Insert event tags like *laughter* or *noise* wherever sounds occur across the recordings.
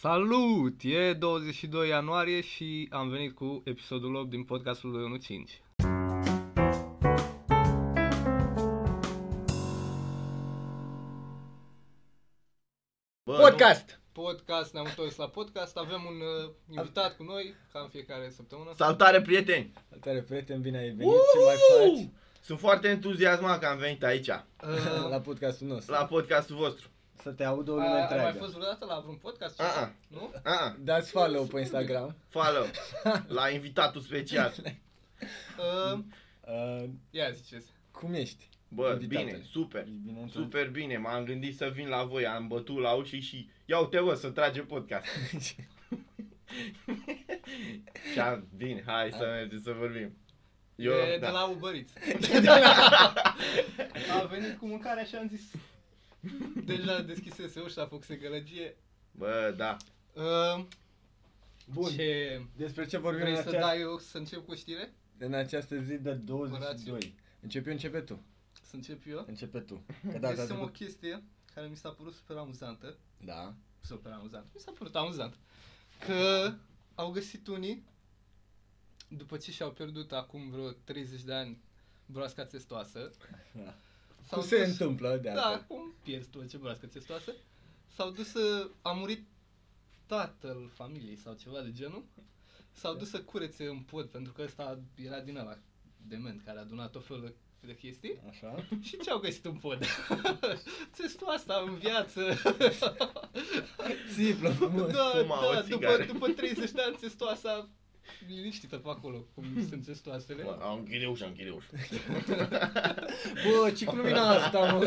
Salut! E 22 ianuarie și am venit cu episodul 8 din podcastul lui 15. Bă, Podcast! Podcast, ne-am întors la podcast, avem un uh, invitat cu noi, ca în fiecare săptămână. nu- Salutare, prieteni! Salutare, prieten, bine ai venit, ce mai faci? Sunt foarte entuziasmat că am venit aici, Uh, La podcastul nostru. la podcastul vostru. Să te audă o a- lume ai mai întreagă. fost vreodată la vreun podcast? A-a. Nu? Ah, Dați follow pe Instagram. follow la invitatul special. Uh, Uh, ia ziceți. cum ești? Bă, Invitatele. bine, super. Bine, Super bine, m-am gândit să vin la voi, am bătut la uși și ia uite bă, să trage podcast. și am, bine, hai să mergem să vorbim. Eu, de, da. de la Ubăriț. a venit cu mâncarea și am zis... Deja deschisese ușa, făcuse gălăgie. *laughs* Bă, da. Uh, Bun. Ce... Despre ce vorbim Vrei în, să acea... dai eu să încep cu știre? în această zi de 22? Orațiu. Începi eu, începe tu. Să încep eu? Începe tu. Că Da, da, este da, o da. chestie care mi s-a părut super amuzantă. Da. Super amuzant. Mi s-a părut amuzant. Că au găsit unii, după ce și-au pierdut acum vreo 30 de ani broasca testoasă, *laughs* Da. s-au Cum se dus- întâmplă de Da, altfel? cum pierzi tu ce broască testoasă? S-au dus să... a murit tatăl familiei sau ceva de genul. S-au dus să curețe în pod pentru că ăsta era din ăla dement care a adunat tot felul de chestii. Așa? Și ce au găsit în pod? *laughs* Țestul asta în viață. *laughs* Da, Țiplă frumos. fuma o țigară. după, după 30 de ani țestul asta liniștită pe acolo, *laughs* cum sunt țestoasele. Bă, am închide ușa, închide ușa. *laughs* Bă, ce cu lumina asta, mă?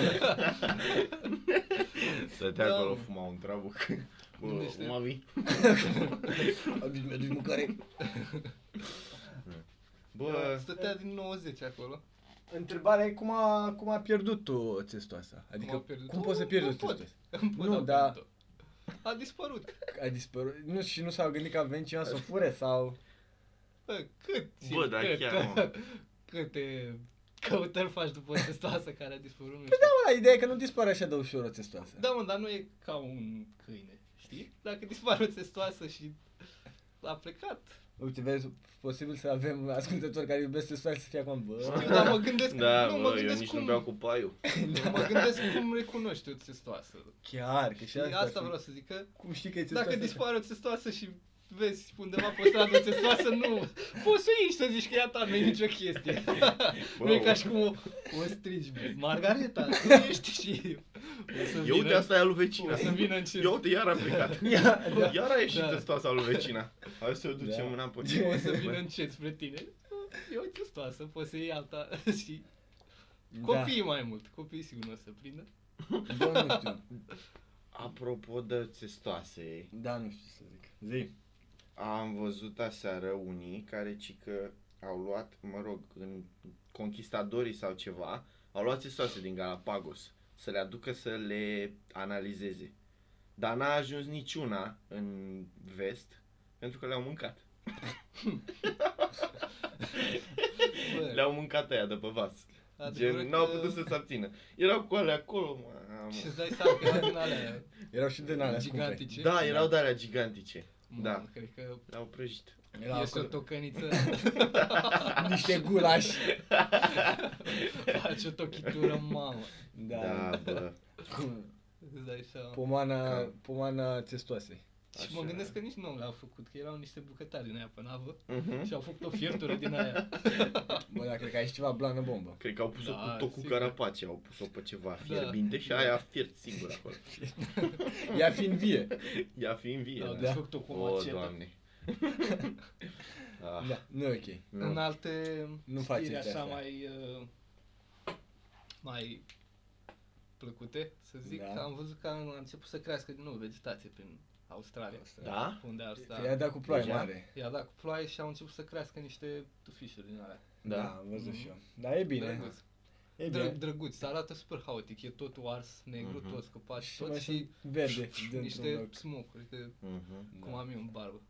Să te Da. acolo fuma un trabuc. Bă, Gândește. cum a vin? Aduci, mi-aduci mâncare. Bă, Stătea din 90 acolo. Întrebarea e cum a, cum a pierdut tu țestul asta? Adică a cum, pierdut? cum poți să Nu, pierzi nu o țestul pot. ăsta? În pod Nu, au da. pierdut-o. A dispărut. A dispărut? Nu, și nu s-au gândit că a venit cineva să o fure sau... Bă, cât? Bă, da, cât, chiar, mă. *laughs* Câte căutări faci după țestoasă care a dispărut? Nu Da, știu. mă, dar ideea e că nu dispare așa de ușor o testoasă. Da, mă, dar nu e ca un câine, știi? Dacă dispare o țestoasă și a plecat, Uite, vezi, posibil să avem ascultători care iubesc testoasă să fie acum, bă... Știu, dar mă gândesc, da, nu, bă, mă eu gândesc nici cum, nu beau cu paiul. *laughs* mă gândesc cum recunoști o testoasă. Chiar, că și Și asta... asta ar fi- vreau să zic că Cum știi că e testoasă? dacă dispare o testoasă și vezi undeva pe stradă o testoasă, nu, poți să ieși să zici că e a ta, nu e nicio chestie. *laughs* Bă, nu e bă. ca și cum o, o strigi, bă, *laughs* Margareta, tu ești și o să Eu uite vină, asta e al lui o vecina. să vină în ce Eu uite iar a *laughs* plecat. *laughs* Ia, da. Iar a ieșit Da. testoasa lui vecina. Hai să o ducem Da. înapoi. o să vină încet spre tine. E o testoasă, poți să iei alta *laughs* și copiii mai mult, copiii sigur nu o să prindă. Da, bă, nu știu. Apropo de testoase, Da, nu știu ce să zic. Zi. am văzut aseară unii care ci că au luat, mă rog, în conquistadorii sau ceva, au luat testoase din Galapagos să le aducă să le analizeze. Dar n-a ajuns niciuna în vest pentru că le-au mâncat. Bă, Le-au mâncat aia de pe vas. adevărul Gen, n-au că- putut să se abțină. Erau cu alea acolo, mă. Și îți dai seama că erau din alea Erau și din alea scumpe. gigantice. Da, erau de alea gigantice. Mamă, da. Cred că Le-au prăjit. Erau este o acolo tocăniță, *laughs* niște gulași. face o tochitură, mamă. Da. Da, bă. Cum? Îți dai seama. Pomana, Cam. pomana testoasei. Așa. Și mă gândesc că nici nu l-au făcut, că erau niște bucătari din aia pe navă Mhm. și au făcut o fiertură din *laughs* aia. Bă, da, cred că aici ceva blană bombă. *laughs* Cred că au pus-o Da, cu tot cu sigur. Da. carapace, au pus-o pe ceva fierbinte și aia a fiert *laughs* singur acolo. Ea fiind vie. Ea fiind vie. Au da. desfăcut-o cu o O, macetă. *laughs* doamne. ah, Da, nu e ok. nu. În alte Nu știri faceți așa asta. mai... uh, mai plăcute, să zic, Da. că am văzut că a început să crească din nou vegetație prin Australia. Da? Unde ar Că Păi, i-a dat cu ploaie Deja? mare. I-a dat cu ploaie și au început să crească niște tufișuri din alea. Da. am văzut Mhm. și eu. Da, e bine. Drăguț. E Dră, bine. drăguț, arată super haotic, e totul ars, negru, Mhm. tot scăpat și Și tot mai și sunt verde dintr-un niște loc. smoke-uri, că, Mhm. Da. cum am eu în barbă.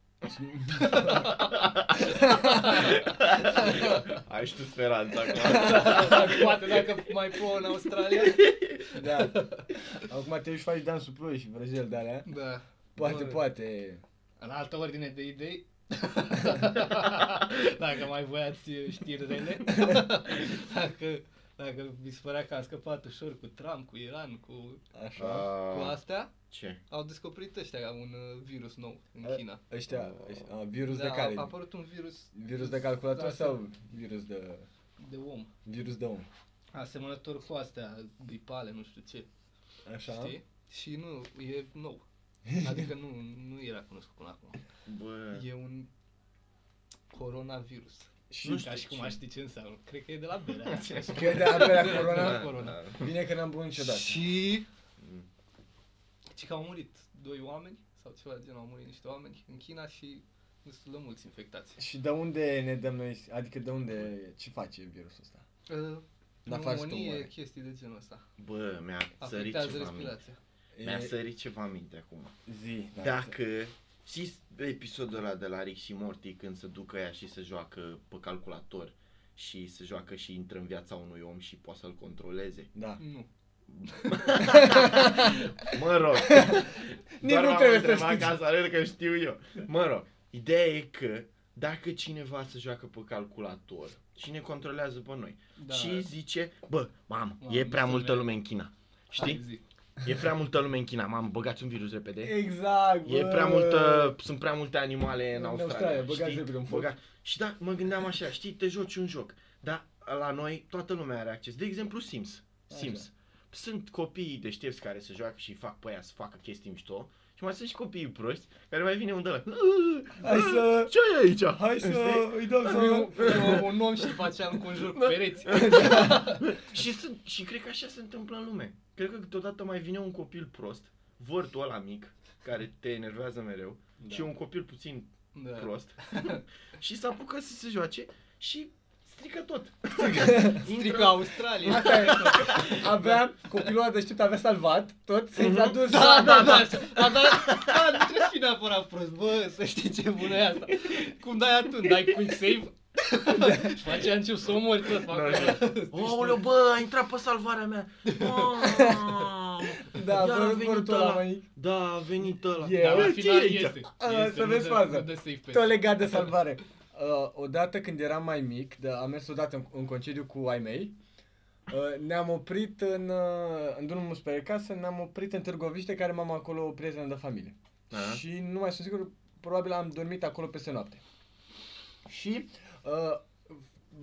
Ai și tu speranța *laughs* acum. Poate dacă mai plouă în Australia. Da. Acum te duci și faci dansul ploii și vrăjel de alea. Da. Poate, Bă. poate. În altă ordine de idei, dacă mai voiați știrile, dacă, dacă vi se părea că a scăpat ușor cu Trump, cu Iran, cu, Ah. Așa. cu A, astea, ce? au descoperit ăștia un uh, virus nou în A, China. Ăștia, ăștia- a, Eh, virus de Da, care? A apărut un virus Virus de calculator Asta. sau virus de de om, virus de om? asemănător cu astea gripale, nu știu ce, Așa. știi? Și nu, e nou. Adică nu, nu era cunoscut până acum. Bă, E un coronavirus. Și Nu știu, ca și ce. cum aș ști ce înseamnă. Cred că e de la bere. aceea. Că e de la bere De la corona? bere corona. Da. Bine că n-am bun niciodată. Și... Mm. Și că au murit doi oameni, sau ceva de genul, au murit niște oameni în China și destul de mulți infectați. Și de unde ne dăm noi, adică de unde, ce face virusul ăsta? Uh, Dar faci tu, mă. pneumonie, chestii de genul ăsta. Bă, mi-a sărit Afectează ceva minte. respirația. Mi-a sărit ceva minte acum. zi. da. Dacă și episodul ăla de la Rick și Morty când se duc ea și se joacă pe calculator și se joacă și intră în viața unui om și poate să-l controleze. Da. Nu. Mă rog. *laughs* *laughs* Nici doar nu m-am trebuie să întrebat știi. Ca să arăt că știu eu. Mă rog. Ideea e că dacă cineva se joacă pe calculator și ne controlează pe noi da. și zice, bă, mamă, Mamă, e prea multă multă lume. lume în China. Hai, Știi? zi. E prea multă lume în China, mamă, băgați un virus repede. Exact, E bă. prea multă, sunt prea multe animale în În Australia. Australia, băgați știi? repede un foc. Băga- Și da, mă gândeam așa, știi, te joci un joc, dar la noi toată lumea are acces. De exemplu Sims. Sims. Așa. Sunt copiii deștepți care se joacă și fac pe aia să facă chestii mișto și mai sunt și copiii proști care mai vine un de la Hai să- Ce e aici? Hai să îi dăm să... E un om și faceam cu un jur cu pereți. Și, sunt, și cred că așa se întâmplă în lume. Cred că câteodată mai vine un copil prost, vârtul ăla mic, care te enervează mereu, da. și un copil puțin Da. prost și s-a apucat să se joace și strică tot. *laughs* Strică Australia. Asta e. Avea copilul ăla deștept, avea salvat tot, se Mhm. i-a dus. Da, da, da, așa. da, da, da, nu trebuie să fii neapărat prost, bă, să știi ce bună e asta. Cum dai atunci, dai quick save? Și face încep să omori tot pe acolo. Ouleu, bă, a intrat pe salvarea mea. Mamă, Da, iar a bă, venit vârful ăla, ăla. mai. Da, a venit ăla. E, Dar Bă, la ce final e aici? este. A, Este, să nu vezi dă- faza. nu dă save pe Tot legat de salvare. Uh, odată când eram mai mic, da, am mers odată în, în concediu cu ai mei, uh, ne-am oprit în, uh, în drumul spre casă, ne-am oprit în Târgoviște, care m-am acolo o prietenă de familie. Aha. Și nu mai sunt sigur, probabil am dormit acolo peste noapte. Și uh,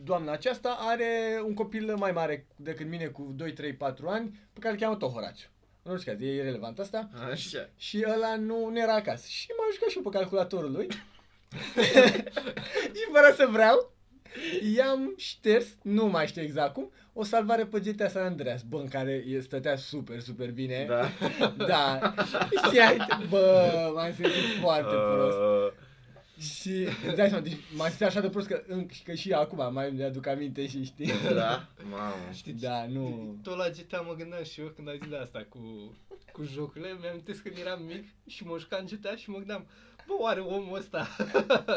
doamna aceasta are un copil mai mare decât mine, cu 2, 3, 4 ani, pe care îl cheamă tot Horațiu. Nu știu, că e irrelevant asta. Așa. Și ăla nu, nu era acasă. Și m-am jucat și eu pe calculatorul *laughs* lui. și fără să vreau, i-am șters, nu mai știu exact cum, o salvare pe GTA San Andreas, bă, în care e- stătea super, super bine. Da. *laughs* da. Și ai- bă, m-am simțit foarte uh... prost. Uh, Și îți dai seama, deci m-am simțit așa de prost că, în, că și acum mai îmi aduc aminte și știi. Da, mamă. Știi, Da, nu. Tot la GTA mă gândeam și eu când ai zis de asta cu, cu jocurile, mi-am amintesc când eram mic și mă jucam în GTA și mă gândeam, bă, oare omul ăsta,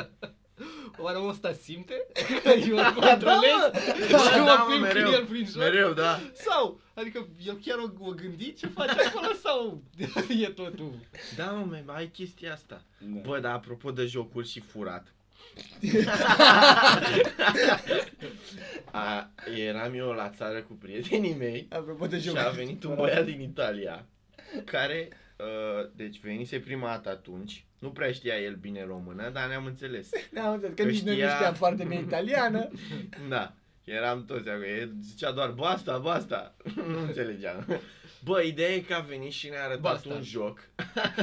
*laughs* oare omul ăsta simte că *laughs* eu îl controlez și Da, mă mă, plimb mereu, prin el prin joc? Mereu, da. Sau, adică el chiar o, o gândi ce face acolo sau *laughs* e totul? Da, mă, mai ai chestia asta. Da. Bă, dar apropo de jocuri și *laughs* furat. a, eram eu la țară cu prietenii mei Apropo de joc. Și a venit un băiat din Italia care, uh, deci venise prima dată atunci, nu prea știa el bine română, dar ne-am *laughs* înțeles. Da, am înțeles, că că nici noi nu știa- știam foarte bine *laughs* italiană. Da, eram toți acolo, el zicea doar basta, basta, *laughs* nu înțelegeam. Bă, ideea e că a venit și ne-a arătat Basta. un joc.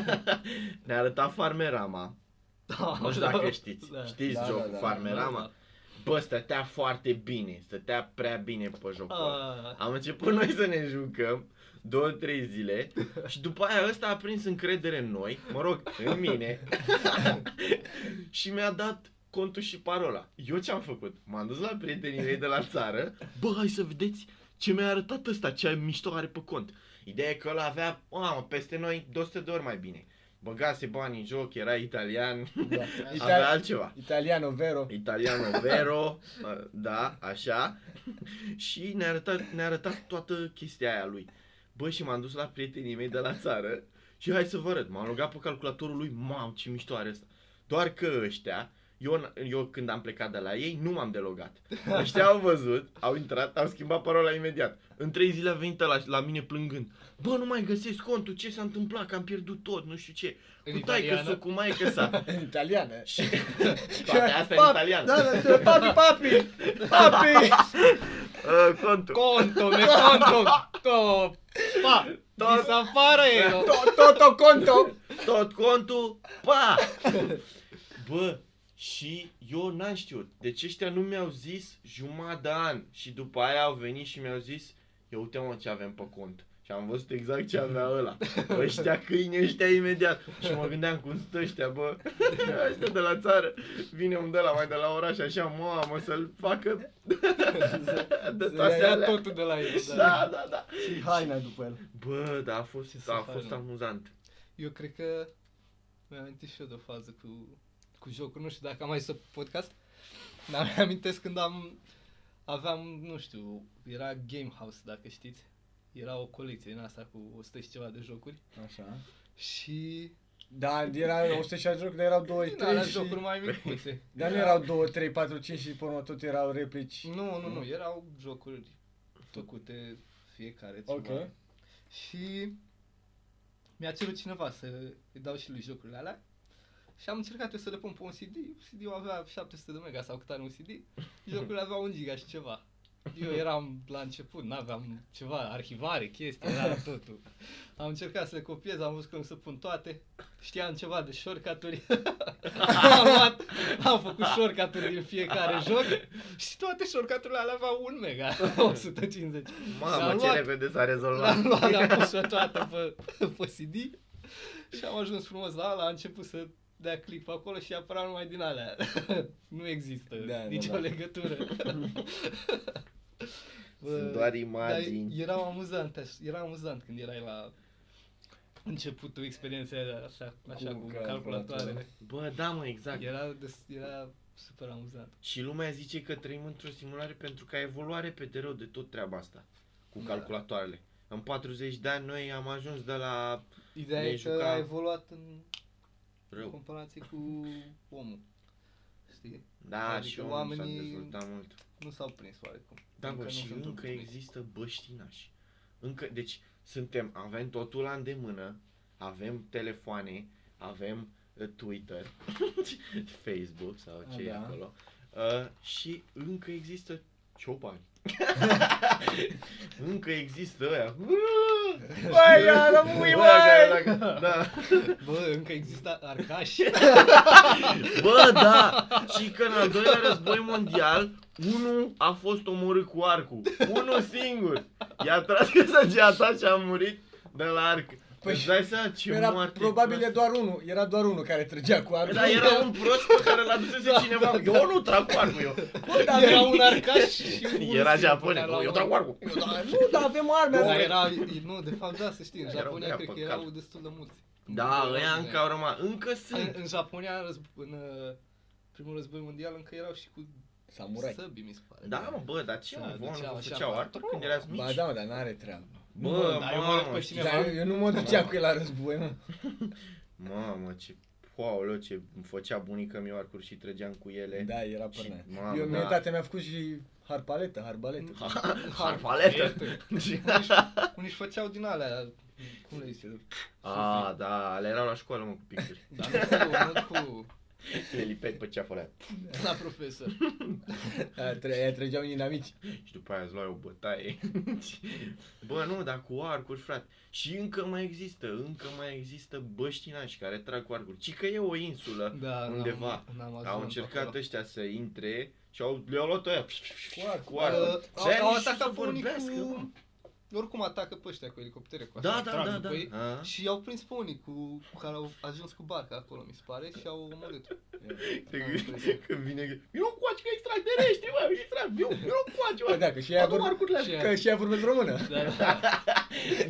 *laughs* ne-a arătat Farmerama, Da, nu știu dacă știți, Da. știți Da, da, jocul da, da. Farmerama? Bă, stătea foarte bine, stătea prea bine pe jocul ăla. Ah, Am început noi să ne jucăm două, trei zile și după aia ăsta a prins încredere în noi, mă rog, în mine și mi-a dat contul și parola. Eu ce am făcut? M-am dus la prietenii mei de la țară, bă, hai să vedeți ce mi-a arătat ăsta, ce mișto are pe cont. Ideea e că ăla avea, mamă, peste noi 200 de ori mai bine. Băgase bani în joc, era italian, Da. avea altceva. Italiano, vero? *laughs* Italiano Vero, uh, da, așa. și ne-a arătat, ne-a arătat toată chestia aia lui. Bă, și m-am dus la prietenii mei de la țară Și hai să vă arăt, m-am rugat pe calculatorul lui, mam ce mișto are asta. Doar că ăștia, eu, eu când am plecat de la ei, nu m-am delogat. Ăștia au văzut, au intrat, au schimbat parola imediat. În trei zile a venit la, la mine plângând. Bă, nu mai găsesc contul, ce s-a întâmplat, că am pierdut tot, nu știu ce. În Cu taică italiană? cu maică *laughs* sa. În italiană. Și *laughs* toate astea în Papi, italian. Da, da, da, papi, papi, papi. Uh, contul. *laughs* Conto, me conto, to, pa, To- disapară To- Toto conto. tot contul, pa! Bă, și eu n-am știut. Deci ăștia nu mi-au zis jumătate de an. Și după aia au venit și mi-au zis, eu uite mă ce avem pe cont. Și am văzut exact ce avea ăla. Ăștia câini, ăștia imediat. Și mă gândeam cum sunt ăștia, bă. Ăștia de la țară. Vine un de la mai de la oraș, așa, mamă, să-l *laughs* facă de Să toate ia alea. totul de la el. da. Da, da, da. Și haina după el. Bă, dar a fost, să a faci, fost mă? amuzant. Eu cred că mi-am amintit și eu de o fază cu, cu jocul, nu știu dacă am mai să podcast, dar *laughs* mi amintesc când am, aveam, nu știu, era Game House, dacă știți, era o colecție din asta cu 100 și ceva de jocuri Așa. și Da, era 160 de jocuri, dar erau 2, din alea 3 și... jocuri mai micuțe. Dar nu erau 2, 3, 4, 5 și pe urmă tot erau replici. Nu, nu, nu, erau jocuri făcute fiecare ceva. Ok. Și mi-a cerut cineva să îi dau și lui jocurile alea. Și am încercat eu să le pun pe un CD. CD-ul avea 700 de mega sau cât are un CD. Jocurile aveau 1 giga și ceva. Eu eram la început, n-aveam ceva, arhivare, chestii, era totul. Am încercat să le copiez, am văzut cum să pun toate. Știam ceva de shortcut-uri. am, luat, am făcut shortcut-uri din fiecare joc și toate shortcut-urile alea aveau 1 *laughs* mega, 150. Și am Mamă, ce luat repede s-a rezolvat. L-am luat, l-am pus toată pe, pe CD și am ajuns frumos la ala, a început să dea click pe acolo și apărea numai din alea. *laughs* nu există Da, da, nicio da. *laughs* legătură. Sunt doar Dar imagini. erau amuzant, aș- era amuzant când erai la începutul experienței alea, așa, așa cu, cu calculatoarele. calculatoarele. Bă, da, mă, exact. Era, des, era super amuzant. Și lumea zice că trăim într-o simulare pentru că a evoluat repede rău de tot treaba asta cu Da. calculatoarele. În 40 de ani noi am ajuns de la Ideea Ne e că jucam- a evoluat în rău. comparație cu omul. Știi? Da, Adică și omul oamenii- s-a dezvoltat mult. Nu s-au prins oarecum. Da, bă, nu și sunt încă obișnuiți. există băștinași. Încă, deci, suntem, avem totul la îndemână, avem telefoane, avem uh, Twitter, *laughs* Facebook sau A, ce e da. acolo. Uh, și încă există ciobani. încă există ăia. Băi, ia, la mui, Ăia care băi! dacă- Da. Bă, încă există *laughs* arcaș. Bă, da! Și că în al doilea război mondial, unul a fost omorât cu arcul. Unul singur. I-a tras că săgeata și a murit de la arc. Păi Păi Îți dai seama ce Era moarte probabil e proastă. doar unul, era doar unul care trăgea cu arcul. Da, era un prost pe care l-a dus Da, cineva. da, da. Eu nu trag cu arcul, eu. Bă, da, dar Era avem- un arcaș și un Era singur japonez, care la bă, eu un- trag cu arcul. Eu, da, Nu, dar avem arme. Dar avem- era, nu, de fapt, da, să știi, în Erau Japonia grea cred că pe erau cap. destul de mulți. Da, Erau ăia de- încă au rămas. Încă În, sunt. în Japonia, în răzb- în uh, primul război mondial, încă erau și cu Samurai. săbi, mi se pare. Da, mă, bă, dar ce Da, mă, vă duceau nu așa, făceau bă, arcul când erați Ba mici? da, mă, dar n-are treabă. Bă, Dar eu mă rog mamă, pe știi- Cineva? Dar eu, *laughs* eu nu mă duceam cu el la război, mă. Mamă, ce... Wow, ce îmi făcea bunica mi arcuri și trăgeam cu ele. Da, era Și- până mamă, Eu, mie da. tatea mi-a făcut și harpaletă, harpaletă. Harpaletă. *laughs* Unii Da. unii își făceau din alea, cum le zice? A, da, le erau la școală, mă, cu *laughs* picturi. Dar nu cu, nu cu, *laughs* Le lipeai pe ceafă alea. la profesor. Aia tre- aia trăgeau inamici. Și după aia îți luai o *laughs* bătaie. Bă, nu, dar cu arcuri, frate. Și încă mai există, încă mai există băștinași care trag cu arcuri. Ci că e o insulă. Da, în Undeva. Am- în Amazon, Au pe încercat acolo. ăștia să intre și au, le-au luat ăia arcul. cu arcuri. Uh, De-aia au- au nici nu atacat se pe unii vorbească, cu- mă. Oricum atacă pe ăștia cu elicoptere, cu Da, asta, da, trag păi- da, după da. ei. *laughs* A? Și au prins pe unii cu, cu care au ajuns cu barca acolo, mi se pare, și au omorât. Te- *laughs* Când vine, eu nu coace că extraterestri, mă, extra, eu eu nu coace, mă. Bă, Păi, da, că și ea Adu vorbe- arcurile Și astea. ea- *laughs* Că și ea vorbesc română. Da, da.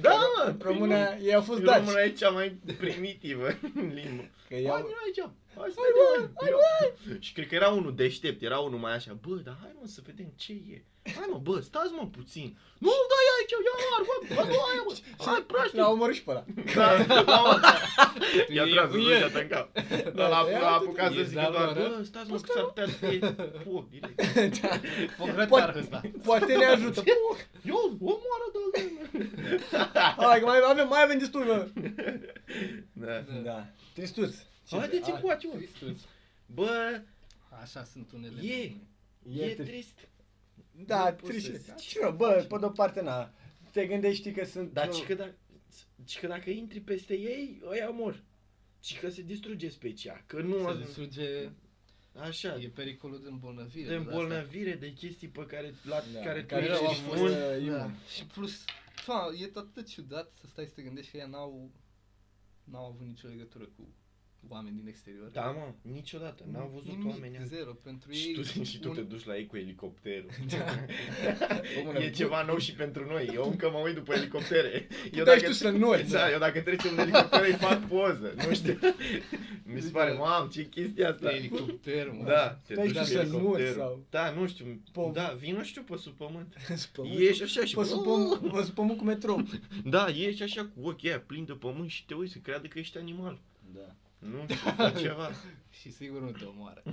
Da, *laughs* mă, Româna, ei au fost primul- daci. Româna e cea mai primitivă în limbă. Că Ia, hai, i-au... mă, aici. Hai să vedem. Ia. Și cred că era unul deștept, era unul mai așa, bă, dar hai mă să vedem ce e. Hai mă, bă, stați mă puțin. Nu, da, ia aici, ia ar, bă, bă, bă, aia, bă. Hai, L-au praștiu. omorât și pe ăla. *laughs* Da, da, mă. I-a E- tras în e- ușa în cap. Da, Dar l-a- ia, l-a apucat du-te. să E zică doar, zarvară. bă, stați mă, că s-ar putea să fie pop, direct. Da. Păi- Pocrătar ăsta. Poate ne *laughs* *laughs* ajută. Puh. Eu, omoară de *laughs* Hai, că mai avem, mai avem destul, bă. Da. Da. Tristuț. deci, Haideți Hai, încoace, mă. Tristuț. Bă, Așa sunt unele. E. lucruri. E e trist. trist. Da, Nu poți trist. să- Și eu, bă, pe de-o parte, na. Te gândești știi, că sunt... Dar bă, ci că, dacă, ci că dacă intri peste ei, ăia mor. Ci că se distruge specia, că nu... Se distruge, Așa, e pericolul de îmbolnăvire. de asta. îmbolnăvire, de chestii pe care, la Da, care tu care ești au ești fost, imun. uh, imun. Da. Și plus, fa, e atât de ciudat să stai să te gândești că ea n-au, n-au avut nicio legătură cu oameni din exterior. Da, mă, niciodată, n-am văzut Nimic, oameni azi. zero pentru Și ei. Da. tu, și tu un- te duci la ei cu *laughs* elicopterul. Română, e ceva nou și pentru noi. Eu încă mă uit după elicoptere. Eu Puteai și tu să nori, da, da. *laughs* eu dacă trece un elicopter îi fac poză. Nu *laughs* știu. Mi se pare, mam, ce chestie asta. Elicopter, mă. Da, te Puteai duci și cu să nu-ți elicopterul. sau- Da, nu știu. Pe- Da, vin, nu știu, pe sub pământ. Pe pământ. Ieși așa și... Pe sub pământ, pe sub pământ cu metrou. Da, ieși așa cu ochii aia plini de pământ și te uiți, să creadă că ești animal. Da. Nu *laughs* știu, fac ceva. Și sigur nu te *laughs* omoară.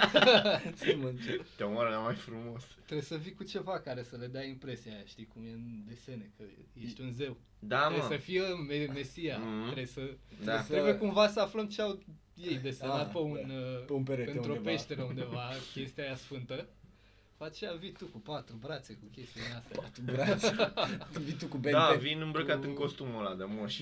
*laughs* Să mănânce. Te omoară la mai frumos. Trebuie să vii cu ceva care să le dea impresia aia, știi cum e în desene, că ești un zeu. Da, trebuie să mă. fie me- Mesia, Mhm. trebuie să... Da. Să- Trebuie cumva să aflăm ce au ei desenat Ah, pe un... da. uh, Pe un perete Într-o undeva. peșteră undeva, chestia aia sfântă. Face aceea vii tu cu patru brațe, cu chestii din astea. Patru brațe. Vii tu cu Ben Da, Ten. vin îmbrăcat cu- Da. în costumul ăla de moș. *laughs*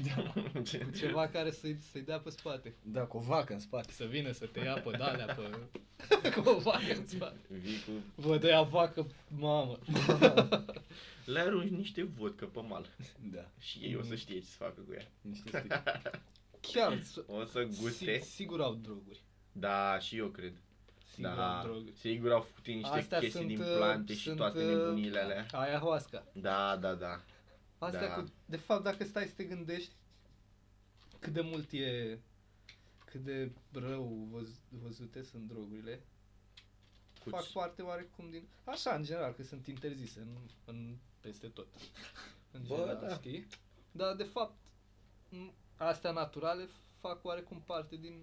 Ce- Ceva care să-i, să-i dea pe spate. Da, cu o vacă în spate. Să vină să te ia pe dalea, pe... *laughs* cu o vacă în spate. Vii cu... Vă dăia vacă, mamă. Le arunci niște vodcă pe mal. Da. Și ei Mm. o să știe ce să facă cu ea. Niște stic. Chiar, s- O să guste. si- sigur au droguri. Da, și eu cred. Sigur au Da, droguri. sigur au făcut niște Astea chestii sunt, din uh, plante și sunt, toate uh, nebunile alea. Ayahuasca. Da, da, da. Astea Da. cu, de fapt, dacă stai să te gândești cât de mult e, cât de rău văz, văzute sunt drogurile, Cu fac parte oarecum din... Așa, în general, că sunt interzise în, în peste tot. *laughs* În Bă, general, da. știi? Dar, de fapt, m- astea naturale fac oarecum parte din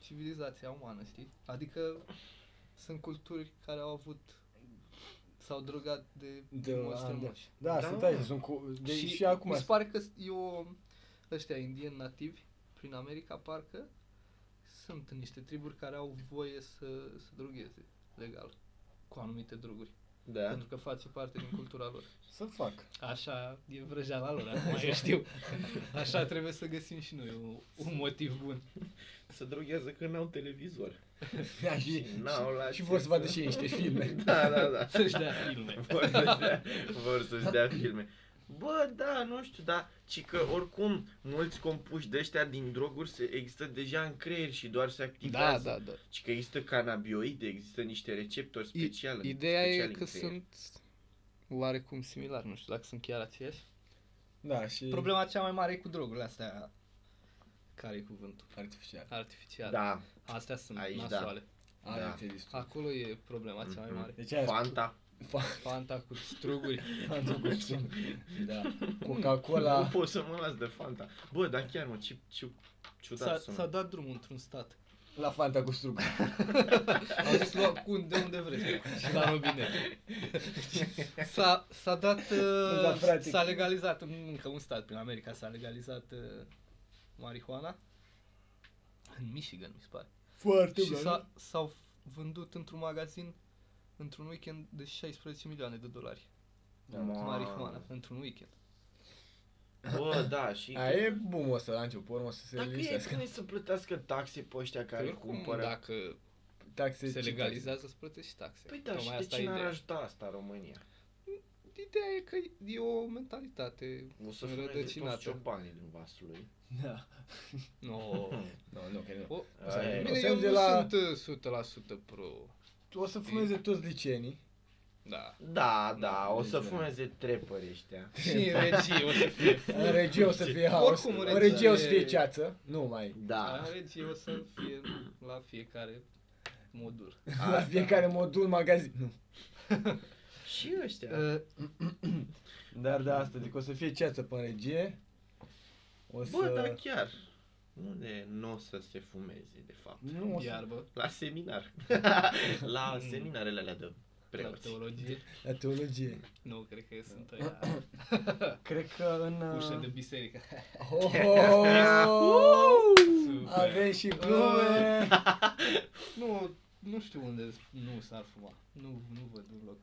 civilizația umană, știi? Adică sunt culturi care au avut s-au drogat de, De- de mulți a, strămoși. Da, Da, sunt mă. aici, sunt cu... De, Deci și, și acum. Mi se pare că e o... ăștia indieni nativi prin America, parcă, sunt niște triburi care au voie să, să drogheze legal cu anumite droguri, Da. pentru că face parte din cultura lor. Să fac. Așa e vrăjeala lor, *laughs* acum eu știu. Așa trebuie să găsim și noi un, un motiv bun. Se droghează că n-au televizor. Da, și, Și n-au la și ce vor să vadă și ei niște filme. *laughs* Da, da, da. Să-și dea filme. Vor să-și dea, vor să-și dea filme. Bă, da, nu știu, dar ci că oricum mulți compuși de ăștia din droguri se, există deja în creier și doar se activează. da. Și că există canabioide, există niște receptori speciale. Ideea e speciale că în creier. sunt oarecum similar, nu știu dacă sunt chiar aceiași. Da, și... Problema cea mai mare e cu drogurile astea. Care e cuvântul? Artificial. Artificial. Da, Astea sunt Aici, Aici, da. nasoale. Aia Da. te distrug. Acolo e problema cea mai Mhm. mare. Deci aia Fanta. *laughs* Fa- Fanta cu *laughs* struguri. Fanta cu strâng. Da. Coca-Cola. Nu pot să mă las de Fanta. Bă, dar chiar mă, ce, ce S-a, ciudat s-a sună. dat drumul într-un stat. La Fanta cu strug. Au zis lua cu de unde vreți. Și la *laughs* robinet. S-a, s-a dat... uh, Da, frate. s-a legalizat în încă un stat prin America. S-a legalizat uh, marihuana. În Michigan, mi se pare. Foarte Și bun. s-a, s-au vândut într-un magazin într-un weekend de 16 milioane de dolari. Mamă. Marihuana, într-un weekend. Bă, da, și... Aia e bumul ăsta la început, pe urmă o să se Dacă e liniștească. când să plătească taxe pe ăștia care adică- Păi Oricum, cumpără... Dacă Taxe se citesc. legalizează, îți plătești și taxe. Păi da, Tocmai și de asta ce e n-ar ideea. ajuta asta România? Ideea e că e o mentalitate O să fie toți înrădăcinată. ciobanii din vasul lui. *laughs* Da. No. Nu, nu, că nu. O, să- Aia e. o bine, să eu ajunge nu la- sunt uh, 100% pro. O să fumeze toți licenii. Da. *laughs* Da, da, Da, o deci să da. fumeze trepări ăștia. Și regii o să fie full. În regie o să fie haos, Oricum, în regie o să fie regie- ceață, nu mai. Da. Dar regii o să fie la fiecare modul. La fiecare modul magazin. Nu. Și ăștia. Uh, Dar da, asta zic, o să fie ceață pe în regie. O să... Bă, dar chiar. Unde nu o să se fumeze, de fapt? Nu o să... iarbă, La seminar. *laughs* la Mm. seminarele alea de la preoți. teologie. La teologie. Nu, cred că sunt *coughs* aia Cred că în... uh, ușă de biserică. Oh! Super. Avem și glume. Nu, nu știu unde nu s-ar fuma. Nu, nu văd un loc.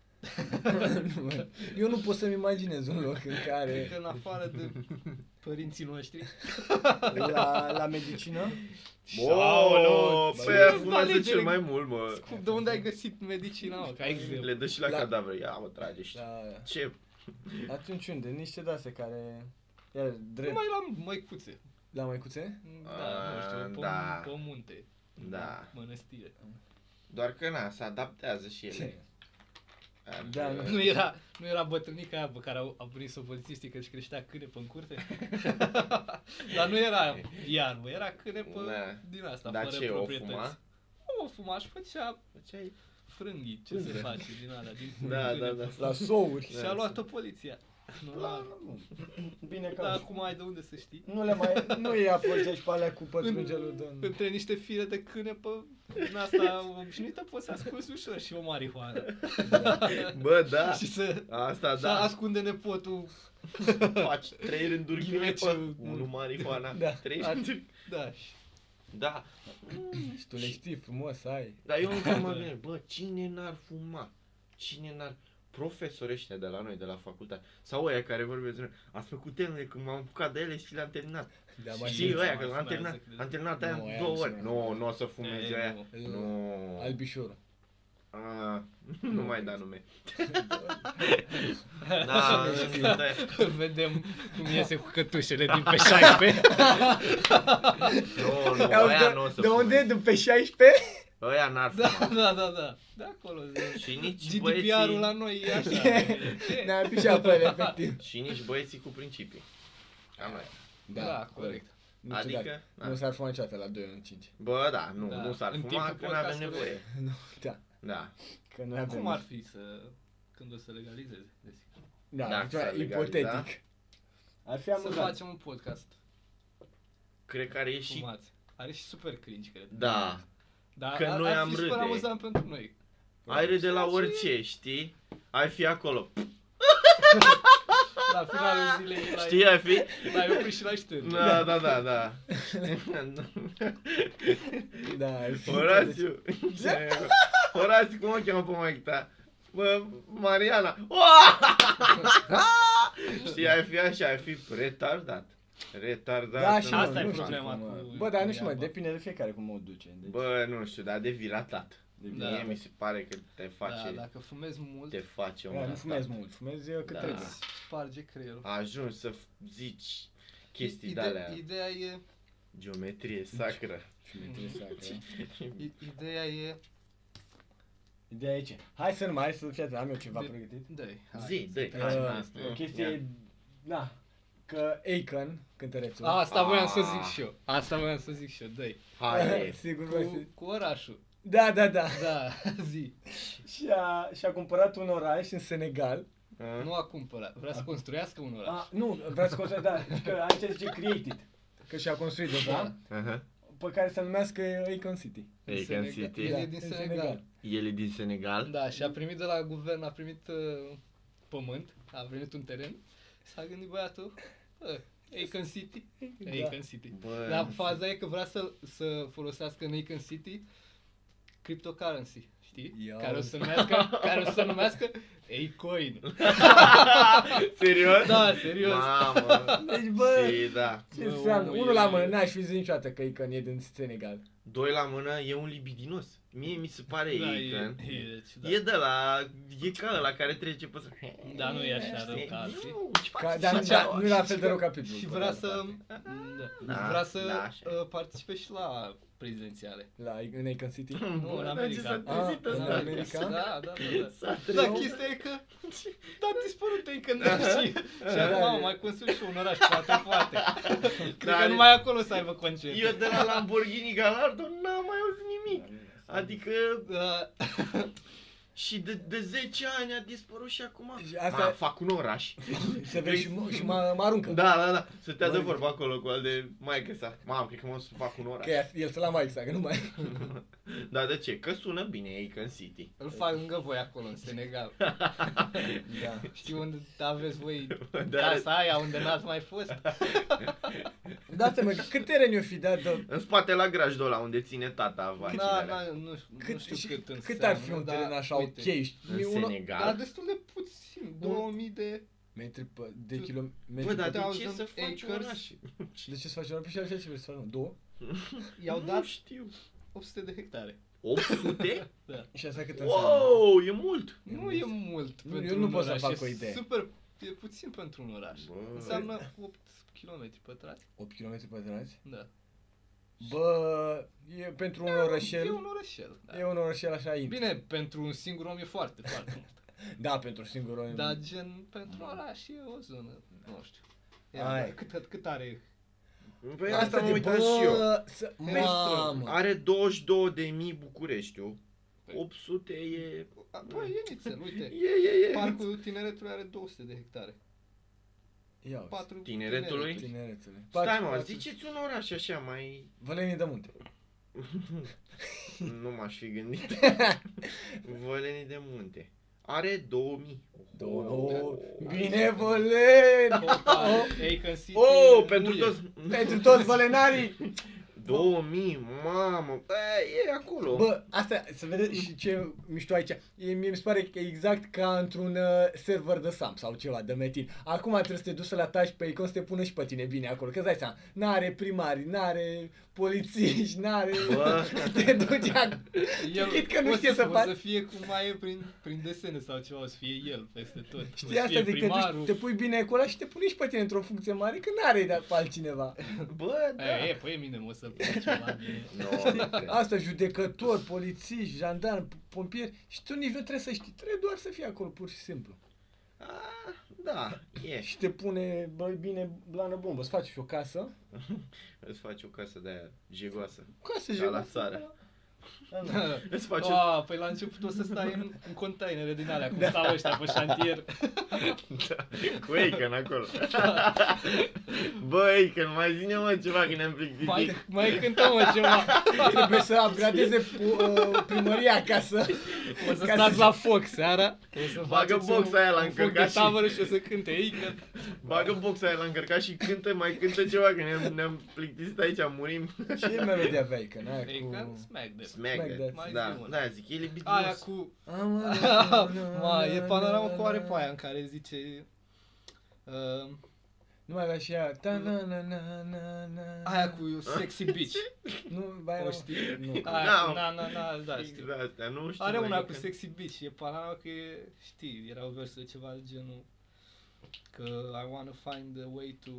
Nu, mă, *laughs* Eu nu pot să-mi imaginez un loc în Cred că care în afară *laughs* de părinții noștri. la, la medicină Bă, Bă, pe ce aia fumează alegere- cel mai mult, mă. Cum, de unde ai găsit medicina, mă? Ca exemplu. Le dă și la, La- cadavre. Ia, mă, trage și... Da. la, Ce? Atunci unde? Niște dase care iar drept Numai la măicuțe. la măicuțe? Da, nu Ah, știu, pe, da. pe munte. Da. Mănăstire. *laughs* Doar că, na, se adaptează și ele. *laughs* Da, Adică- nu. Nu era, nu era bătrânica aia pe care au, au prins-o polițiștii că își creștea câinepă în curte? *laughs* Dar nu era iarbă, era câinepă Da. din asta, Dar fără ce, o proprietăți. fuma? Nu o fuma, și făcea Făceai... frânghii, ce se face din alea, din Da, da, câinepă. da. La souri. Și a luat-o poliția. Nu la... Bine că Dar acum ai de unde să știi. nu le mai nu e apărgești pe alea cu În, pătrungelul de între niște fire de cânepă din asta obișnuită poți să ascunzi ușor și o marihuană. Bă, da. și să, Asta, să da. ascunde nepotul. *laughs* Faci trei rânduri Ghimeciu. ghimepă, unul marihuana, Da. trei Ar- rânduri. Da, și Da, Și tu le știi frumos, ai. dar eu încă mă gândesc, bă, cine n-ar fuma? Cine n-ar... Profesori ăștia de la noi, de la facultate, sau ăia care vorbesc despre, ați făcut temele când m-am apucat de ele și le-am terminat. Da, Și mai știi mulți ăia, mai că l-am fumează, terminat, cred. am terminat Nu, aia aia în nu două se ori. mai Nu, nu o să E, fumezi aia. nu. Nu. Albișorul. Ah, *laughs* Nu mai da nume. Da, Da, nu știu. sunt aia. Vedem cum iese cu cătușele din pe 16. Nu, nu, Iau, aia de- nu o să De unde? fumezi. De pe 16? Ăia n-ar da, fuma. da, da, da. De acolo. Și nici GDPR-ul la băieții... noi e *laughs* așa. Ne-a pișat pe ele, efectiv. Și nici băieții cu principii. Cam noi. *laughs* da, corect. Adică... da. Nu s-ar fuma niciodată la 2 în 5. Bă, da, nu, Da. nu s-ar În fuma timpul că nu avem podcastului. nevoie. Nu, da. Da. Că noi avem... Cum ar fi să... Când o să legalizeze, desigur. Da, Dacă ceva s-ar legaliza. ipotetic. Ar fi da. Să amuzant. facem un podcast. Cred că are Și... ieșit. Fumați. Are și super cringe, cred. Da. Dar Că ar, noi ar am fi super râde. amuzant pentru noi. Ai râde la Și- orice, știi? Ai fi acolo. La finalul zilei l-ai, Știi, ai fi? l-ai oprit și l-ai ștârnit. Da, da, da, da. *laughs* Da, ar fi Horațiu. *laughs* Horațiu, cum o cheamă pe maică ta? Bă, *laughs* Mariana. Oa! Știi, ai fi așa, ai fi retardat. Retardat. Da, și în Asta mă, e nu orice știu problema cum, mă. cu- Bă, dar cu nu știu, mă, iapa. depinde de fiecare cum o duce. Deci, Bă, nu știu, dar devii ratat. depinde. Da. Mie mi se pare că te da, face, dacă fumezi mult, te face un Da, nu ratat. fumezi mult, fumezi uh, cât Da. trebuie. îți sparge creierul. Ajungi să f- zici chestii de Ide- alea. Ideea e, Geometrie sacră. Și mi-e interesant. i- ideea e, Ideea e ce? Hai să nu mai, hai să fii atent, am eu ceva De- pregătit. dă-i, hai. Zi, dă-i. să Hai, trecem Uh, la hai, asta. hai. O chestie, da, că Akon, cântărețul. Asta voiam să Ah. zic și eu. Asta voiam să zic și eu, dă-i. *laughs* *laughs* Hai, Sigur, voi Cu, fi- cu orașul. da, da, da. Da, *laughs* zi. Și a, și a cumpărat un oraș în Senegal. hai. Nu a cumpărat. Vrea să construiască un Ah. oraș. A, nu, vreau să construiesc, da, și că aici zice created. Că și-a construit Da. deja, Aha. pe care se numească Akon City. Da, În Ei, Kansas Senegal. City. El e din Senegal. El e din Senegal. Da, și a primit de la guvern, a primit uh, pământ, a primit un teren. S-a gândit băiatul, bă, Aiken City, Da. Aiken City. Bă, Dar faza e că vrea să, să folosească în Aiken City cryptocurrency, știi? Ia Care o uite. să numească, care o să numească Acoin. serios? Da, serios. Mamă. Deci, bă, Și da. *laughs* ce Bă, înseamnă? omul Unul la e- mână, n-aș fi zis niciodată că Akon e din Senegal. Doi la mână e un libidinos. Mie mi se pare Da, ei, e, că- e, da. ciudat. E de la... E ca la care trece pe să- Da, nu e așa Știi? rău ca alții. Nu, ce Ca, faci? dar Ce da, faci? nu e la fel de rău ca Pitbull. Și pe vrea de altă să parte. da. Da, vrea da, să așa e. uh, participe și la prezidențiale. La, în Aiken City. Nu, în America. s-a Ah, trezit în ăsta? America? Da, da, da. da. S-a Da, trezit. chestia e că *laughs* da, a dispărut ei când și, și acum au mai construit și un oraș, poate, *laughs* poate. Cred că Dar- numai acolo să aibă concert. Eu de la Lamborghini Gallardo n-am mai auzit nimic. Adică Da, și de, de 10 ani a dispărut și acum. Și Deci, asta- A, fac un *laughs* oraș. Se vede și, mă- și mă, mă aruncă. Da, da, da. Să te de Mărică. vorba acolo cu al de maică sa. Mamă, cred că mă o să fac un oraș. Că ea- el se la mai exact, că nu mai... *laughs* Dar de ce? Că sună bine ei că în City. îl fac lângă voi acolo, în Senegal. Da. Știu unde aveți voi Da. casa aia, unde n-ați mai *laughs* fost. Da, asta mă, cât teren eu fi da, dat de... În spate la grajdul ăla unde ține tata afacerile Da, alea. da, nu, știu- Cât, nu știu și, cât cât, înseamnă, ar fi un da, dar, teren așa uite, ok? Știi, În unul- Dar Senegal. destul de puțin, 2000 de... Metri pe, de Tu- Bă, kilometri dar pe... de ce 1000 să faci un acres? oraș? De ce să faci un oraș? Și ce vrei să faci? nu? Două? I-au nu dat știu. 800 de hectare. *laughs* 800? Și asta cât înseamnă? wow, e mult. E Nu mult. e mult Nu, pentru eu nu un pot să oraș, fac e o idee. Super, e puțin pentru un oraș. Bă. Înseamnă 8 km pătrați. 8 km pătrați? Da. Bă, e pentru Da, un E orășel... un orășel, da. E un orășel așa int. Bine, pentru un singur om e foarte, foarte *laughs* mult. Da, pentru singur om. Dar gen, pentru oraș e o zonă, nu știu. Da. Hai. Ia, da, cât, cât are? Păi asta mă uitam bă, și eu. Să, Pe mamă. Are 22.000 Bucureștiul. Păi. 800 e... Păi e nițel, E, *laughs* uite. e, e. Parcul tineretului are 200 de hectare. Ia uite. 4 Tineretului? *laughs* Tinerețele. Stai mă, ziceți un oraș așa *laughs* mai... Vălenii de munte. nu m-aș fi *laughs* gândit. Vălenii de munte. Are 2000. Două. Oh. Bine, *laughs* Văleni! Opa, Aiken City. Oh, pentru nu *laughs* toți. Pentru toți vălenarii! 2000, mamă. E, e acolo. Bă, asta, să vedeți și ce mișto aici. E, mie mi se pare că e exact ca într-un uh, server de SAM sau ceva, de metin. Acum trebuie să te duci să-l ataci pe icon să te pună și pe tine bine acolo. Că îți dai seama, n-are primari, n-are polițiști, n-are... *laughs* Bă. Te duci ac... e. Eu cred că o nu știe să o faci. să fie cum mai e prin, prin desene sau ceva, o să fie el peste tot. O să Știi asta, fie adică te, primarul. duci, te pui bine acolo și te pune și pe tine într-o funcție mare, că n-are de pe altcineva. Bă, da. E, e, păi mine mă o să pun ceva bine. Nu, nu Exact. cred. Asta, judecători, polițiști, jandarmi, pompieri și tu nici nu trebuie să știi, trebuie doar să fii acolo pur și simplu. Ah, Da, e. Și te pune, bă, bine, blană bombă, îți faci și o casă, Îți faci o casă de aia jegoasă. casă Ca la jegoasă. țară. Da, da. *laughs* Îți faci o... A, păi la început o să stai în, în containere din alea, cum stau ăștia pe șantier. Da, cu Aiken acolo. Bă, Aiken, mai zine mă ceva că ne-am Mai, plictisit. mai cântăm mă ceva. *laughs* Trebuie să upgradeze pu- uh, primăria acasă. O să Ca stați să- la foc seara. O să Bagă faceți boxa un- aia la un foc încălcat de și- tavără și o să cânte ei că... Bagă boxa aia la încărcat și cântă, mai cântă ceva că ne-am, ne-am plictisit aici, murim. Ce melodie aveai, că Ei n-ai cu... uh. că smack de... Smack Smack that. that. Mai zi Da, una. da, zic, el e bitinos. Aia cu... *laughs* Ma, e panorama cu arepaia în care zice... Uh, Nu mai avea și ea. Ta, na, na, na, na, na. aia cu sexy bitch. *laughs* Nu, mai O era... știi? Nu. Aia Da. cu na na na, da, Fix știu. de astea, nu știu. Are mai una cred cu că- Sexy Bitch, e panorama că e, știi, erau versuri ceva de genul că I wanna find a way to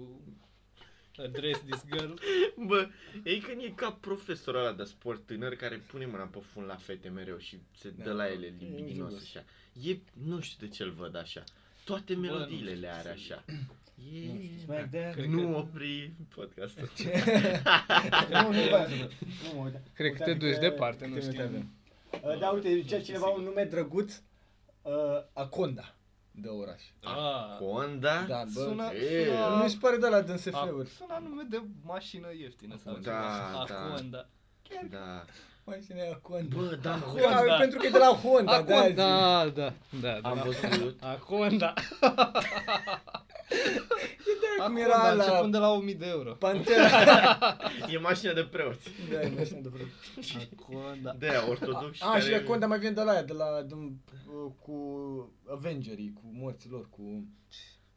address this girl. Bă, ei când e ca profesorul ăla de sport tânăr care pune mâna pe fund la fete mereu și se dă Da. la ele E libidinos jugos. așa. E, nu știu de ce îl văd așa. Toate Bă, nu melodiile știu le ce are să așa. Nu știu, E... da. smack *laughs* that. Cred că- Nu opri podcastul. *laughs* nu, nu vreau să văd. Nu mă uita. Cred că te Uite, duci adică, departe, nu câte știu. minute avem. Uh, Da, uite, zicea cineva un nume drăguț. uh, Aconda. De oraș. Ah, Conda? Da, bă. sună, e, sună, Mi se pare de la din a, SF-uri. sună nume de mașină ieftină sau Da, ceva. da. Aconda. da. Mai cine e Aconda. Bă, da, Că- a, Honda. Pentru că e de la Honda, de aia zic. Aconda, da, da, da, da. am văzut. Aconda. E de aia cum era Aconda, da, începând la de la 1000 de *laughs* euro. Pantera. *laughs* E mașina de preoți. Da, e așa de vreo. Aconda. De aia, ortodox A, Ah, și Aconda mai vine de la aia, de la din- uh, cu Avengerii, cu morții lor, cu...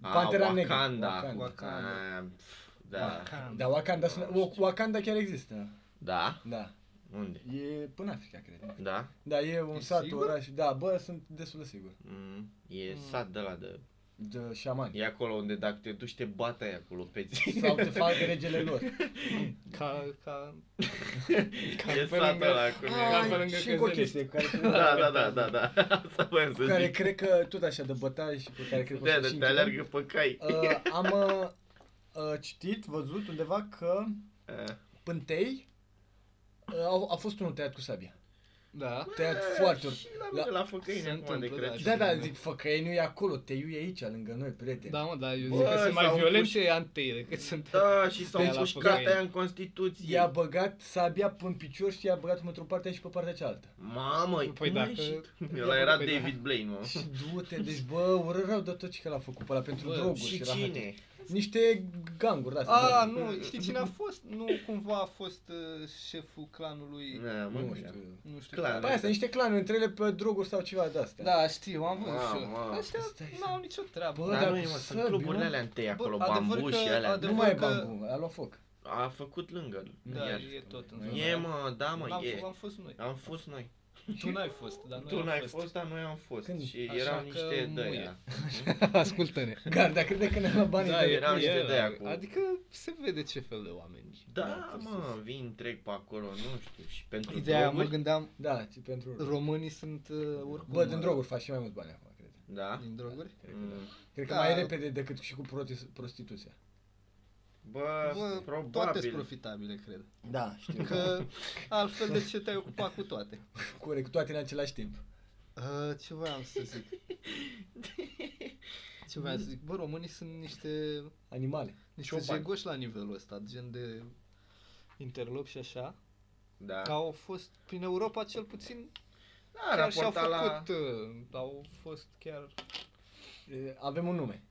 Pantera Negră. Ah, Wakanda. Ah, Wakanda. Wakanda. Ah, pf, Da. Wakanda. Da, Wakanda, sună, Wa- Wakanda chiar există. Da? Da. Unde? E până Africa, cred. Da? Da, e un E sat, sigur? oraș. Da, bă, sunt destul de sigur. Mm, e Mm. sat de la de de șamani. E acolo unde dacă te duci te bate aia *laughs* cu lopeții. Sau te fac regele lor. Ca, ca... ca *laughs* E pe satul lângă- ăla cum Ca pe e. Ai, lângă și încă o căzării. chestie cu care, Da, da, da, da, da. Asta voiam cu să care zic. cred că tot așa de bătaie și cu care cred că o Da, să da, și te închidem. alergă pe Ă, cai. Uh, am uh, uh, citit, văzut undeva că Ah. Pântei uh, au, a fost unul tăiat cu sabia. Da. Tăiat Ah, foarte ori. Și la, la, La- la făcăine se acum de întâmplă, da, Crăciun. Da, da, zic, făcăinul e acolo, teiul e aici, lângă noi, prieteni. Da, mă, da, eu Bă, zic că sunt mai s-au violenți puș- și antei decât sunt... Da, și s-au Deci- pușcat făcăine. aia în Constituție. I-a băgat sabia în picior și i-a băgat într-o parte și pe partea cealaltă. Mamă, Păi cum ai dacă- ieșit? Ăla *laughs* era Păi da. David Blaine, mă. Și du-te, deci bă, ură rău de tot ce că l-a făcut pe ăla pentru Bă, droguri Și rahate. cine? Niște ganguri de A, astea. Da. nu, știi cine a fost? Nu, cumva a fost uh, șeful clanului... Da, mă, nu nu știu. Nu știu. Clan. care. Pe aia sunt niște clanuri între ele pe droguri sau ceva de astea. Da, știu, am văzut Mamă, și eu. mamă. Ăștia Stai, stai. n-au nicio treabă. Bă, Da, dar nu, e, cu mă, sunt săbi, cluburile nu? alea întâi acolo, Bă, adevăr bambu că- și alea. Nu adevăr- mai e că- bambu, a luat foc. A făcut lângă. Da, iar. e tot în E, mă, da, mă, am, e. am fost noi. Am fost noi. Tu n-ai fost, dar noi Tu am n-ai fost. *laughs* fost, dar noi am fost. Când? Și Așa erau că niște muie. de Ascultă-ne. Garda, crede că ne-am luat banii Da, de erau niște niște de-aia cu- Adică se vede ce fel de oameni. Da, mă, vin, trec pe acolo, nu știu. Și pentru Ideea, mă droguri, gândeam, Da, ci pentru... românii sunt uh, oricum... Bă, din uh, droguri faci și mai mulți bani acum, cred. Da. Din droguri? Cred că, da. Mm. cred că Da. mai repede decât și cu proti- prostituția. Bă, Bă, toate sunt Da, probabil. profitabile, cred. Da, știu. Că altfel de ce te-ai ocupat cu toate? *laughs* Corect, toate în același timp. Uh, ce voiam să zic? Ce voiam să zic? Bă, românii sunt niște, Animale. niște Ciobani. jegoși la nivelul ăsta, gen de interlop și așa. Da. Că au fost, prin Europa cel puțin, Da, chiar și-au raportat la... făcut, uh, au fost chiar, E, Avem un nume.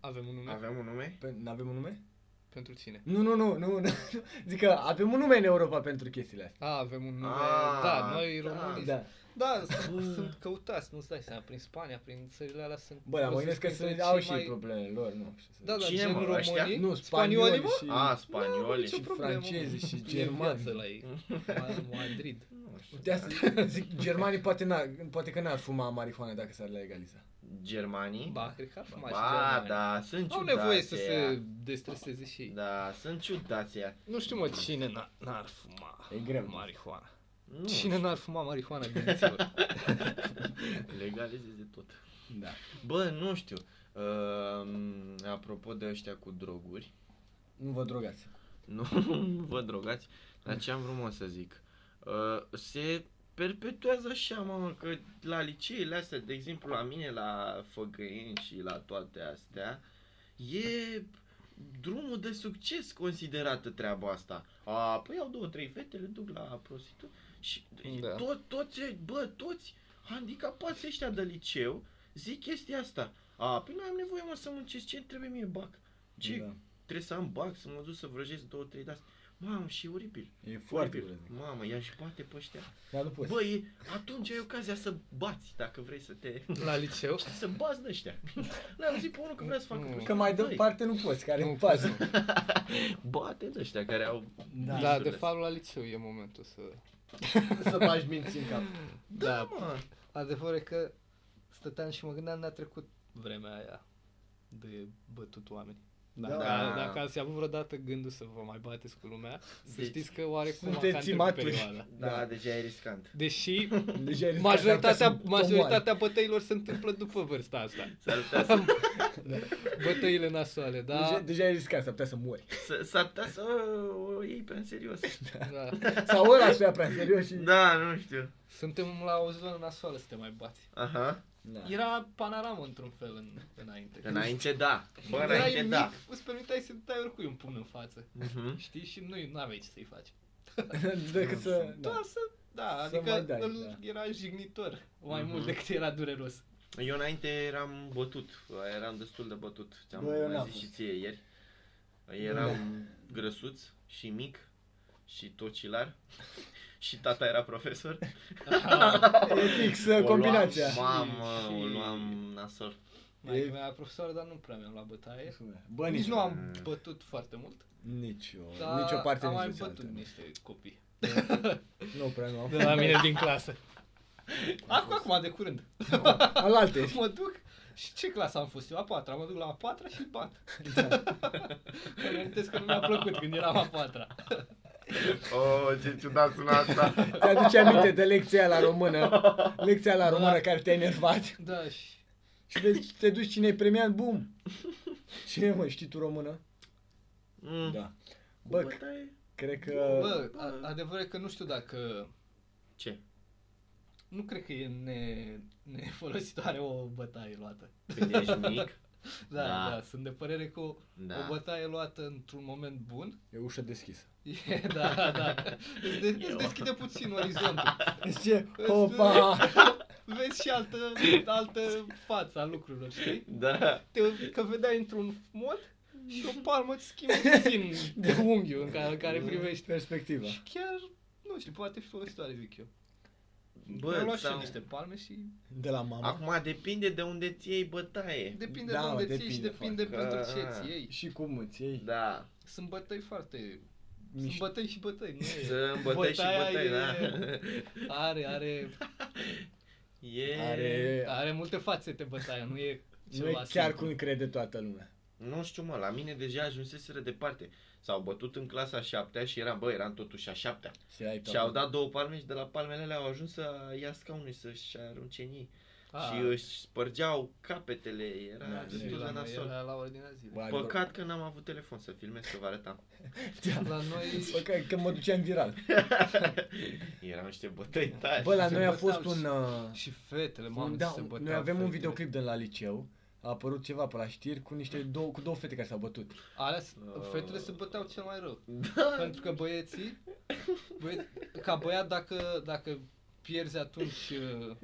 avem un nume Avem un nume? Nu avem un nume? pentru cine? Nu, nu, nu, nu, *laughs* nu. Zic că avem un nume în Europa pentru chestiile astea. A, avem un nume, Ah, da, noi da. românii. Da. Da, s- sunt căutați, nu-ți dai seama, prin Spania, prin țările alea sunt... Bă, dar mă o gândesc că printre sunt, cei au și mai- problemele lor, nu știu. să Da, da, Cine, gen mă, ăștia? românii, Nu, spaniolii, mă? și... A, Nu, spanioli. nicio și problemă, francezi și E germani. viață *laughs* la ei. Ma- Madrid. Nu știu. da. De asta *laughs* zic, germanii poate, n-ar, poate că n-ar fuma marihuana dacă s-ar legaliza. Germanii? Ba, cred că ar fi mai și Ba, germani. da, sunt Au ciudați nevoie să ăia. se destreseze și ei. Da, sunt ciudați ăia. Nu știu, mă, cine n- n-ar fuma E greu. marihuana. Nu Cine *laughs* n-ar fuma marihuana, *laughs* gândiți-vă. Legalizezi de tot. Da. Bă, nu știu. Uh, apropo de ăștia cu droguri, Nu vă drogați. nu *laughs* vă drogați, dar ce am vrut mă să zic? Uh, se perpetuează așa, mamă, că la liceele astea, de exemplu la mine, la Făgăini și la toate astea, e drumul de succes considerată treaba asta. A, păi iau două, trei fete, le duc la prostitut și Da. da. tot, toți, bă, toți handicapați ăștia de liceu zic chestia asta. A, păi nu am nevoie, mă, să muncesc, ce trebuie mie bac? Ce, Da. trebuie să am bag, să mă duc să vrăjesc două, trei de Mamă, și e oribil. E foarte oribil. groaznic. Mamă, ea își bate pe ăștia. Dar nu poți. Bă, e, atunci ai ocazia să bați, dacă vrei să te... La liceu? Să bați de ăștia. L-am zis pe unul că vrea să facă... Nu. Mm. că mai Băi, departe nu poți, care Nu îmi pasă. poți, *laughs* Bate de ăștia care au... Da. Da, de fapt la liceu e momentul să... Să bagi minți în cap. Da, mă. Adevărul e că stăteam și mă gândeam, ne-a trecut vremea aia de bătut oameni. Da. Da. Dacă, dacă ați avut vreodată gândul să vă mai bateți cu lumea, să Deci, știți că oarecum sunteți a cam maturi. trecut perioada. Da, deja e riscant. Deși Deja e majoritatea, riscat, dar poate să majoritatea bătăilor se întâmplă după vârsta asta. Da. S-ar putea să, Bătăile nasoale, moare. Deja, da? deja e riscat, s-ar putea să mori. să, s-ar putea să o iei pe în *laughs* serios. da. Sau ăla să ia prea serios și... Da, nu știu. Suntem la o zonă nasoală să te mai bați. Aha. Da. Era panoramă într-un fel în, înainte. Înainte da. Bă, înainte mic, da. îți permiteai să dai oricui un pumn în față. Mhm. Știi? Și nu, nu aveai ce să-i faci. *laughs* Decât să... Doar Da. să, da, Să adică mai dai, îl, da. era jignitor mai Mhm. mult decât era *laughs* dureros. Eu înainte eram bătut, eram destul de bătut, ți-am Bă, eu mai n-am zis fost. Da. și ție ieri. Eram grăsuț și mic și tocilar *laughs* și tata era *laughs* profesor. E fix O luam, Da, combinația. Și- Mamă, o și- luam nasol. Mai E- mea profesoară, dar nu prea mi-am luat bătaie. Bă, Nici nu am Mm. bătut foarte mult, Nici eu. dar Nici o parte, am nici mai o bătut cealaltă. niște Da. copii. *laughs* Nu prea nu *laughs* am. De la mine din clasă. Acum, acum, de curând. Alaltă ești. Mă duc, Și ce clasă am fost eu? A patra. Mă duc la a patra și îl bat. Da. Că mi amintesc că nu mi-a plăcut când eram a patra. *laughs* Oh, ce ciudat sună *laughs* asta. Ți-aduce aminte de lecția la română, lecția la română care te-a enervat. Da, și Și vezi, te duci cine e premiat, bum. Cine mă, știi tu română? Mm. Da. Bă, Bă, cred că... Bă, a- adevărul e că nu știu dacă... ce? Nu cred că e ne, nefolositoare o bătaie luată. Când ești mic? Da, Da. da, da sunt de părere că o, da. Da. o bătaie luată într-un moment bun. E ușa deschisă. E, *laughs* da, da. Îți, de, îți deschide puțin orizontul. Zice, opa! Vezi și altă, altă față a lucrurilor, știi? Da. Te, că vedeai într-un mod și o palmă îți schimbă puțin de unghiul în care, în care Da. privești. Perspectiva. Și chiar, nu știu, poate fi folositoare, zic eu. Bă, Bă, luat și eu sau- niște palme și De la mama. Acum depinde de unde ți iei bătaie. Depinde Da, de mă, unde ții și depinde depinde foarte. pentru ce Ah. ți iei. Și cum îți iei? Da. Sunt bătăi foarte... Sunt Mișto. bătăi și bătăi, nu Exact. e. Să îmbătăi și Bătaia bătăi, e- da. *laughs* Are, are, E... Are... are multe fațete bătaia, nu e Nu e da, ceva chiar simplu. cum crede toată lumea. Nu știu, mă, la mine deja ajunseseră departe. S-au bătut în clasa 7 și era, bă, eram totuși a 7 Și ai Și au dat două palme și de la palmele alea au ajuns să ia scaunul și să-și arunce în ei. Ah, Și își spărgeau capetele, era Da, destul la noi de nasol. Era la ordinea zilei. Bă, Păcat că n-am avut telefon să filmez, să vă *laughs* arătam. La noi... Păcat Da. că mă duceam viral. Erau niște bătăi tari. Bă, la se noi a băteau fost un... și- uh, Și fetele, un mamă, da, se un- băteau noi avem un fetele. videoclip de la liceu. A apărut ceva pe la știri cu niște două, cu două fete care s-au bătut. Alea, s- Uh. fetele se băteau cel mai rău. Da. Pentru că băieții, băie, ca băiat dacă, dacă pierzi atunci uh,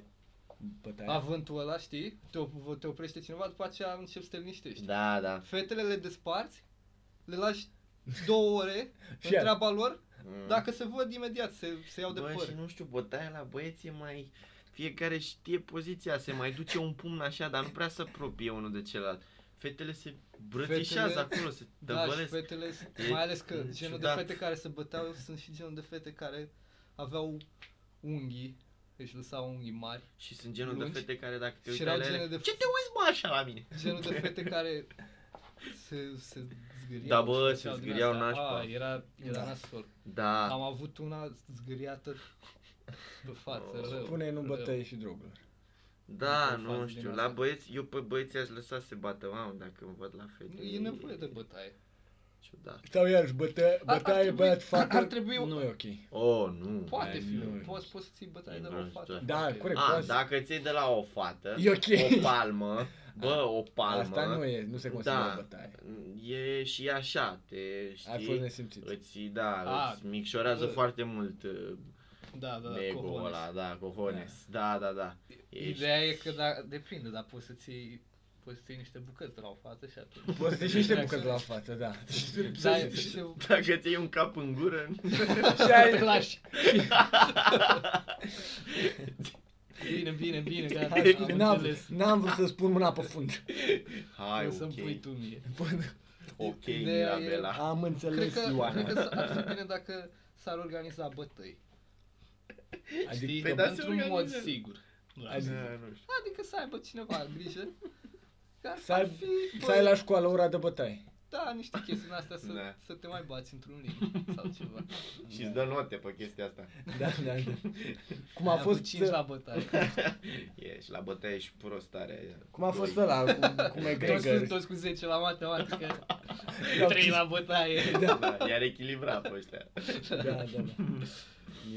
Bătaia. avântul ăla, știi, te, op- te oprește cineva, după aceea începi să te liniștești. Da, da. Fetele le desparți, le lași două ore *laughs* Și în iar. treaba lor, Mm. Da, dacă se văd imediat, se, se iau de Bă, și păr. nu știu, bătaia la băieți e mai... Fiecare știe poziția, se mai duce un pumn așa, dar nu prea se apropie unul de celălalt. Fetele se brățișează Fetele- acolo, se Da, și tăvălesc. fetele, E mai ales că genul de ciudat. fete care se băteau sunt și genul de fete care aveau unghii, deci lăsau unghii mari. Și sunt genul lungi. de fete care dacă Și te uiți la erau ele, gene de- ce te uiți bă așa la mine? Genul de fete care se, se zgâriau. Da, bă, și se făceau din zgâriau astea. nașpa. A, era, era Da. nasol. Da, Am avut una zgâriată pe față, Oh. rău. Pune nu rău. bătăie și droguri. da, nu fac nu din știu, la asta. băieți, eu pe băieți aș lăsa să se bată, mamă, dacă îmi văd la fete. Nu, E nevoie de bătaie. Ciudat. Sau iarăși bătă, ar bătaie, trebui- băiat, fată, ar trebui- nu e ok. Oh, nu. Poate Ai fi, noi. poți, poți să ții bătaie Ai de la noi, o fată. știu. Da, Poate. corect. A, poți. dacă ți iei de la o fată, E ok. o palmă, bă, o palmă. Asta nu e, nu se consideră da, bătaie. E și așa, te Ai fost știi, nesimțit. îți, da, A, îți micșorează bă. foarte mult uh, Da, da, da, ego cojones. ăla, da, cojones, da, da, da. Ești- Ideea e că da, depinde, dar poți să ții poți să ții niște bucăți de la o fată și atunci. Poți să și niște bucăți la față, *laughs* da. Da, e- și *laughs* se *laughs* Dacă ți iei un cap în gură, *laughs* Și ai- te lași. Bine, bine, bine, gata, Hai, am *laughs* n-am, înțeles. n-am vrut să spun mâna pe fund. hai, o să-mi pui ok, tu mie. Bun, ok, Ideea e- Mirabela. Am Cred înțeles, că, Ioana. cred că s- ar fi bine dacă s-ar organiza bătăi. Adică, Adică, știi, da, se într-un mod organizează. sigur. Adică- *laughs* Da, nu știu. Adică să aibă cineva grijă. Ca Să să ar aibă- fi, să ai la școală ora de bătaie. da, niște chestii din astea să, Da. să te mai bați într-un ring sau ceva. Și îți dă note pe chestia asta. Da, da, da. Cum a Am avut fost, cinci la bătaie. Ești la bătaie și prost are. cum a fost doi. ăla cu, cu Toți cu, McGregor. toți cu 10 la matematică. 3 la bătaie. *laughs* Da, i-ar echilibra pe ăștia. Da, da, da.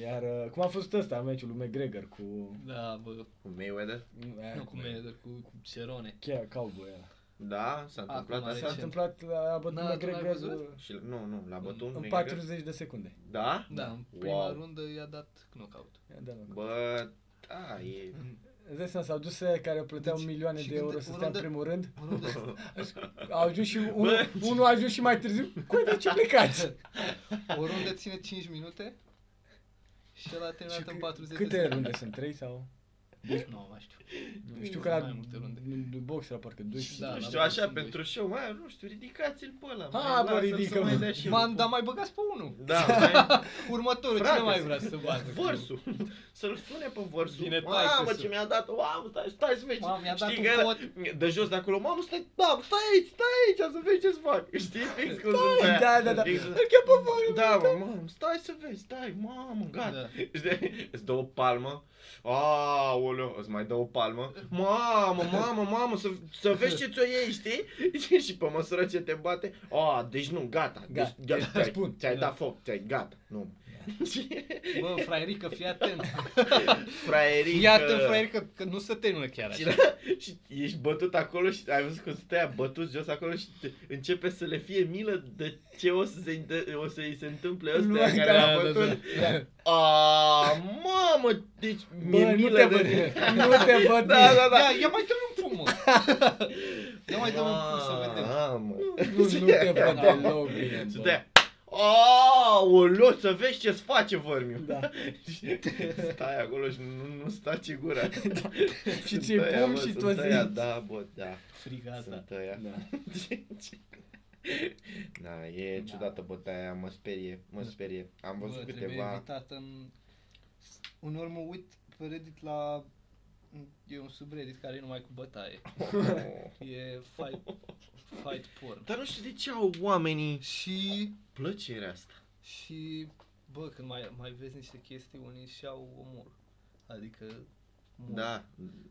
Iar uh, cum a fost ăsta meciul lui McGregor cu... Da, bă, Cu Mayweather? aia nu cum e, cu, cu cerone. Chiar cowboy ăla. Da, s-a întâmplat Acum are S-a asta. Recent. întâmplat, a bătut N-a- n-ai McGregor văzut? uh, Și, nu, nu, l-a bătut un în McGregor? 40 de secunde. Da? Da, în prima Wow. rundă i-a dat knockout. Ia, Da, da. Bă, da, e... Îți dai seama, s-au dus aia care plăteau Deci, milioane și de când euro te- să stea în oriunde- primul rând. O rundă Au ajuns și unul, Bă! unul a ajuns și mai târziu. Cu de ce plecați? O rundă ține 5 minute și el a Și terminat câ- în 40 de câte secunde. runde sunt? 3 sau? Deci nu mai știu. Știu că la Mai multe runde. în box era parcă 12. Da, nu la știu, box așa, sunt pentru show, mai, nu știu, ridicați-l pe ăla. Ha, mai, bă, lasă-l să ridică-mă. mai dea și el Man, cu- dar mai băgați pe unul. *laughs* Da, mai, Următorul, Frate, cine mai să- vrea să bată? vărsul. Să-l sune pe vărsul. Vine Mamă, taică-su. ce mi-a dat, mamă, stai, stai să vezi. Mamă, mi-a dat Știi un că ăla- pot. De jos de acolo, mamă, stai, da, stai aici, stai aici, să vezi ce-ți fac. Știi fix cum sunt pe aia. Da, da, da. Fix- Îl cheamă pe Vărul, Da, mă, mamă, stai să vezi, stai, mamă, gata. Da. Știi? *laughs* Îți dă o palmă. Aoleu, îți mai dă o palmă. Mamă, mamă, mamă, să, să vezi ce ți-o iei, știi? *laughs* Și pe măsură ce te bate, a, deci nu, gata. Gata, Deci, gata, ți-ai, spun. ți-ai Da. dat foc, ți-ai, gata, nu. *laughs* Bă, fraierică, fii atent. Fraierii. Fii atent, fraierică, că nu se termină chiar așa. Și, *laughs* și ești bătut acolo și ai văzut cum stai bătut jos acolo și te, începe să le fie milă de ce o să se, inte- o să îi se întâmple ăsta Lumea care care- l-a da, bătut. da. Da. A, mamă, deci mi-e Bă, nu milă te de... văd, *laughs* nu te văd. Da, da, da. Ia, ia mai dăm un pumn, mă. Ia mai dăm un pumn să vedem. Ah, Mamă. Nu, nu te văd Da. deloc bine, Să bă. te... Aoleu, să vezi ce-ți face vormiu. Da. Și *laughs* stai acolo și nu, nu staci gura. Da. Și ți-i pumn și tu o să ăia, zici. da, bă, da. Friga asta. Sunt ăia. *laughs* Da. Da, e Da. ciudată bătaia, mă sperie, mă sperie. Am Bă, văzut trebuie câteva... evitat în... Uneori mă uit pe Reddit la... E un subreddit care e numai cu bătaie. *laughs* Oh. E fight, fight porn. Dar nu știu de ce au oamenii Și plăcerea asta. Și, bă, când mai, mai vezi niște chestii, unii și au omor. Adică, mor. Da,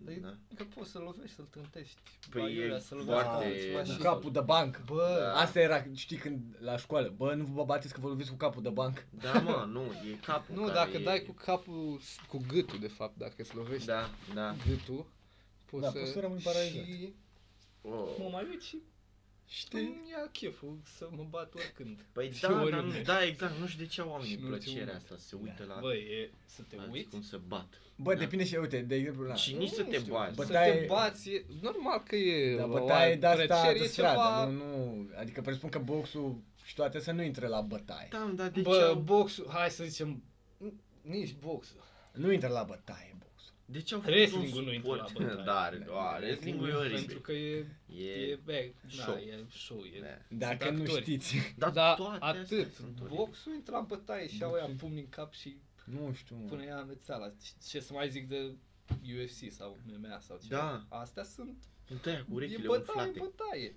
Păi, da. Că poți să lovești, să-l trântești. Păi Ba, iurea, e să lovești foarte- pe altceva Cu și- Cu capul de bancă. Da. Bă, Da. Asta era, știi, când la școală. Bă, nu vă bateți că vă loviți cu capul de bancă. Da, mă, nu, e capul nu, care dacă e... dai cu capul, cu gâtul, de fapt, dacă îți lovești Da, da. gâtul, poți Da, să... poți să rămâi paralizat. Și mă Oh. mai uit și Știi? îmi ia cheful să mă bat oricând. Păi Și da, dar oriunde. nu, da, exact, nu știu de ce au Și oamenii nu te plăcerea uiți. Da. asta, se uită la Bă, e să te alții uiți. cum se bat. Bă, Da. depinde și, uite, de exemplu, la... Și nici să Nu te știu, bați. Să Bătaie- te bați, e, normal că e Da, o bătaie de asta plăcere, de e stradă, ceva- nu, nu, adică presupun că boxul și toate să nu intre la bătaie. Da, mă, dar de ce, Bă, au, boxul, hai să zicem, nici boxul. Nu intră la bătaie boxul. de ce au făcut Wrestling-ul un nu intră sport? la bătaie. *laughs* Da, are- a, wrestling-ul e Pentru oribil. că e, e, E... e, show. da, e show, e... Da. Dacă Sunt nu actori. știți. *laughs* Dar Dar toate astea Da, atât, sunt oribile. boxul intra în bătaie și au ea pumni în cap și Nu știu, Da. mă. pune ea amețeala. Ce- Ce să mai zic de UFC sau MMA sau ceva. Da. Astea sunt, Îmi tăia cu e urechile bătaie, e umflate. bătaie.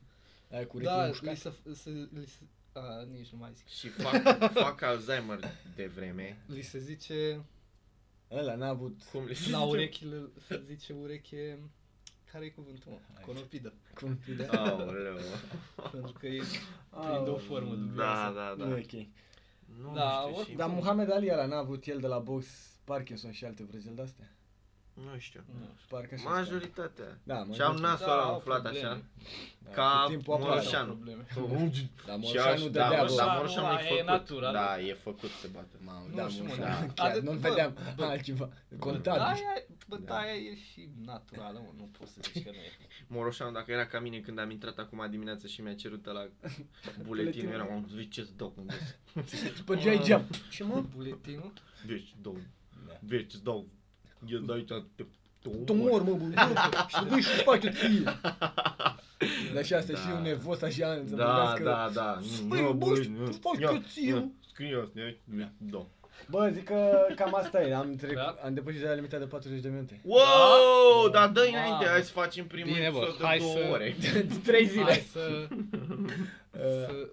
Ai cu da, da, li mușcat? se, se, li se, a, nici nu mai zic. Și fac, *laughs* fac Alzheimer de vreme. Li se zice, Ăla n-a avut Cum le zice? la urechile, se zice ureche, care e cuvântul, mă? Hai. Conopidă. *laughs* cum Da, Aoleu. Pentru că e Ah, prinde o formă Da, dubioasă. da, da. Nu e ok. Nu Da, știu or- și- Dar Muhammad Ali ăla n-a avut el de la box Parkinson și alte vrăjeli de-astea? Nu știu. Nu. Parcă așa stai. Majoritatea. Da, mă, Și am nu- nasul Da, ăla au umflat probleme. așa. da, ca cu timpul apare. Moroșan. Au probleme. Dar Și aș- Moroșanu da, dădea, Moroșan- bă. da, Moroșanu Moroșanu e e făcut. natural. Da, e făcut să bată. Mamă, Nu da, știu, mă, Moroșanu, da. chiar Atât, nu-l bă, vedeam bă. altceva. Contabil. Bătaia, Da. bătaia e și naturală, mă, nu poți să zici că nu e. Moroșanu, dacă era ca mine când am intrat acum dimineața și mi-a cerut *laughs* la buletinul, Buletinul. eram, am zis, ce-ți dau, cum vezi? da. Spărgeai geam. Ce mă? Buletinul? Vezi, ce-ți dau, Da. vezi, ce-ți dau, eu dau aici, te, te omor. Tu mor, mă, bă, bă, și dui și face ție. Dar și asta Da. și un nervos așa, să Da, vorbească- da, da. Spui, bă, tu faci ia, ce ții, ia, eu. Da. Scrie asta, ia, mi- dau. Bă, zic că cam asta e, am, trec, Da. am depășit deja limita de 40 de *laughs* minute. Da? Wow, dar dă Mamă. înainte, hai să facem primul Bine, bă, episod de hai două să- ore. De 3 zile. Hai *laughs* să, Uh, să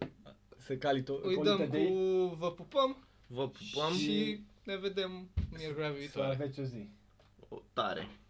Să cali to- îi colită dăm de ei. cu vă pupăm Vă pupam și ne vedem miercurea Să viitoare. aveți o zi. O, tare.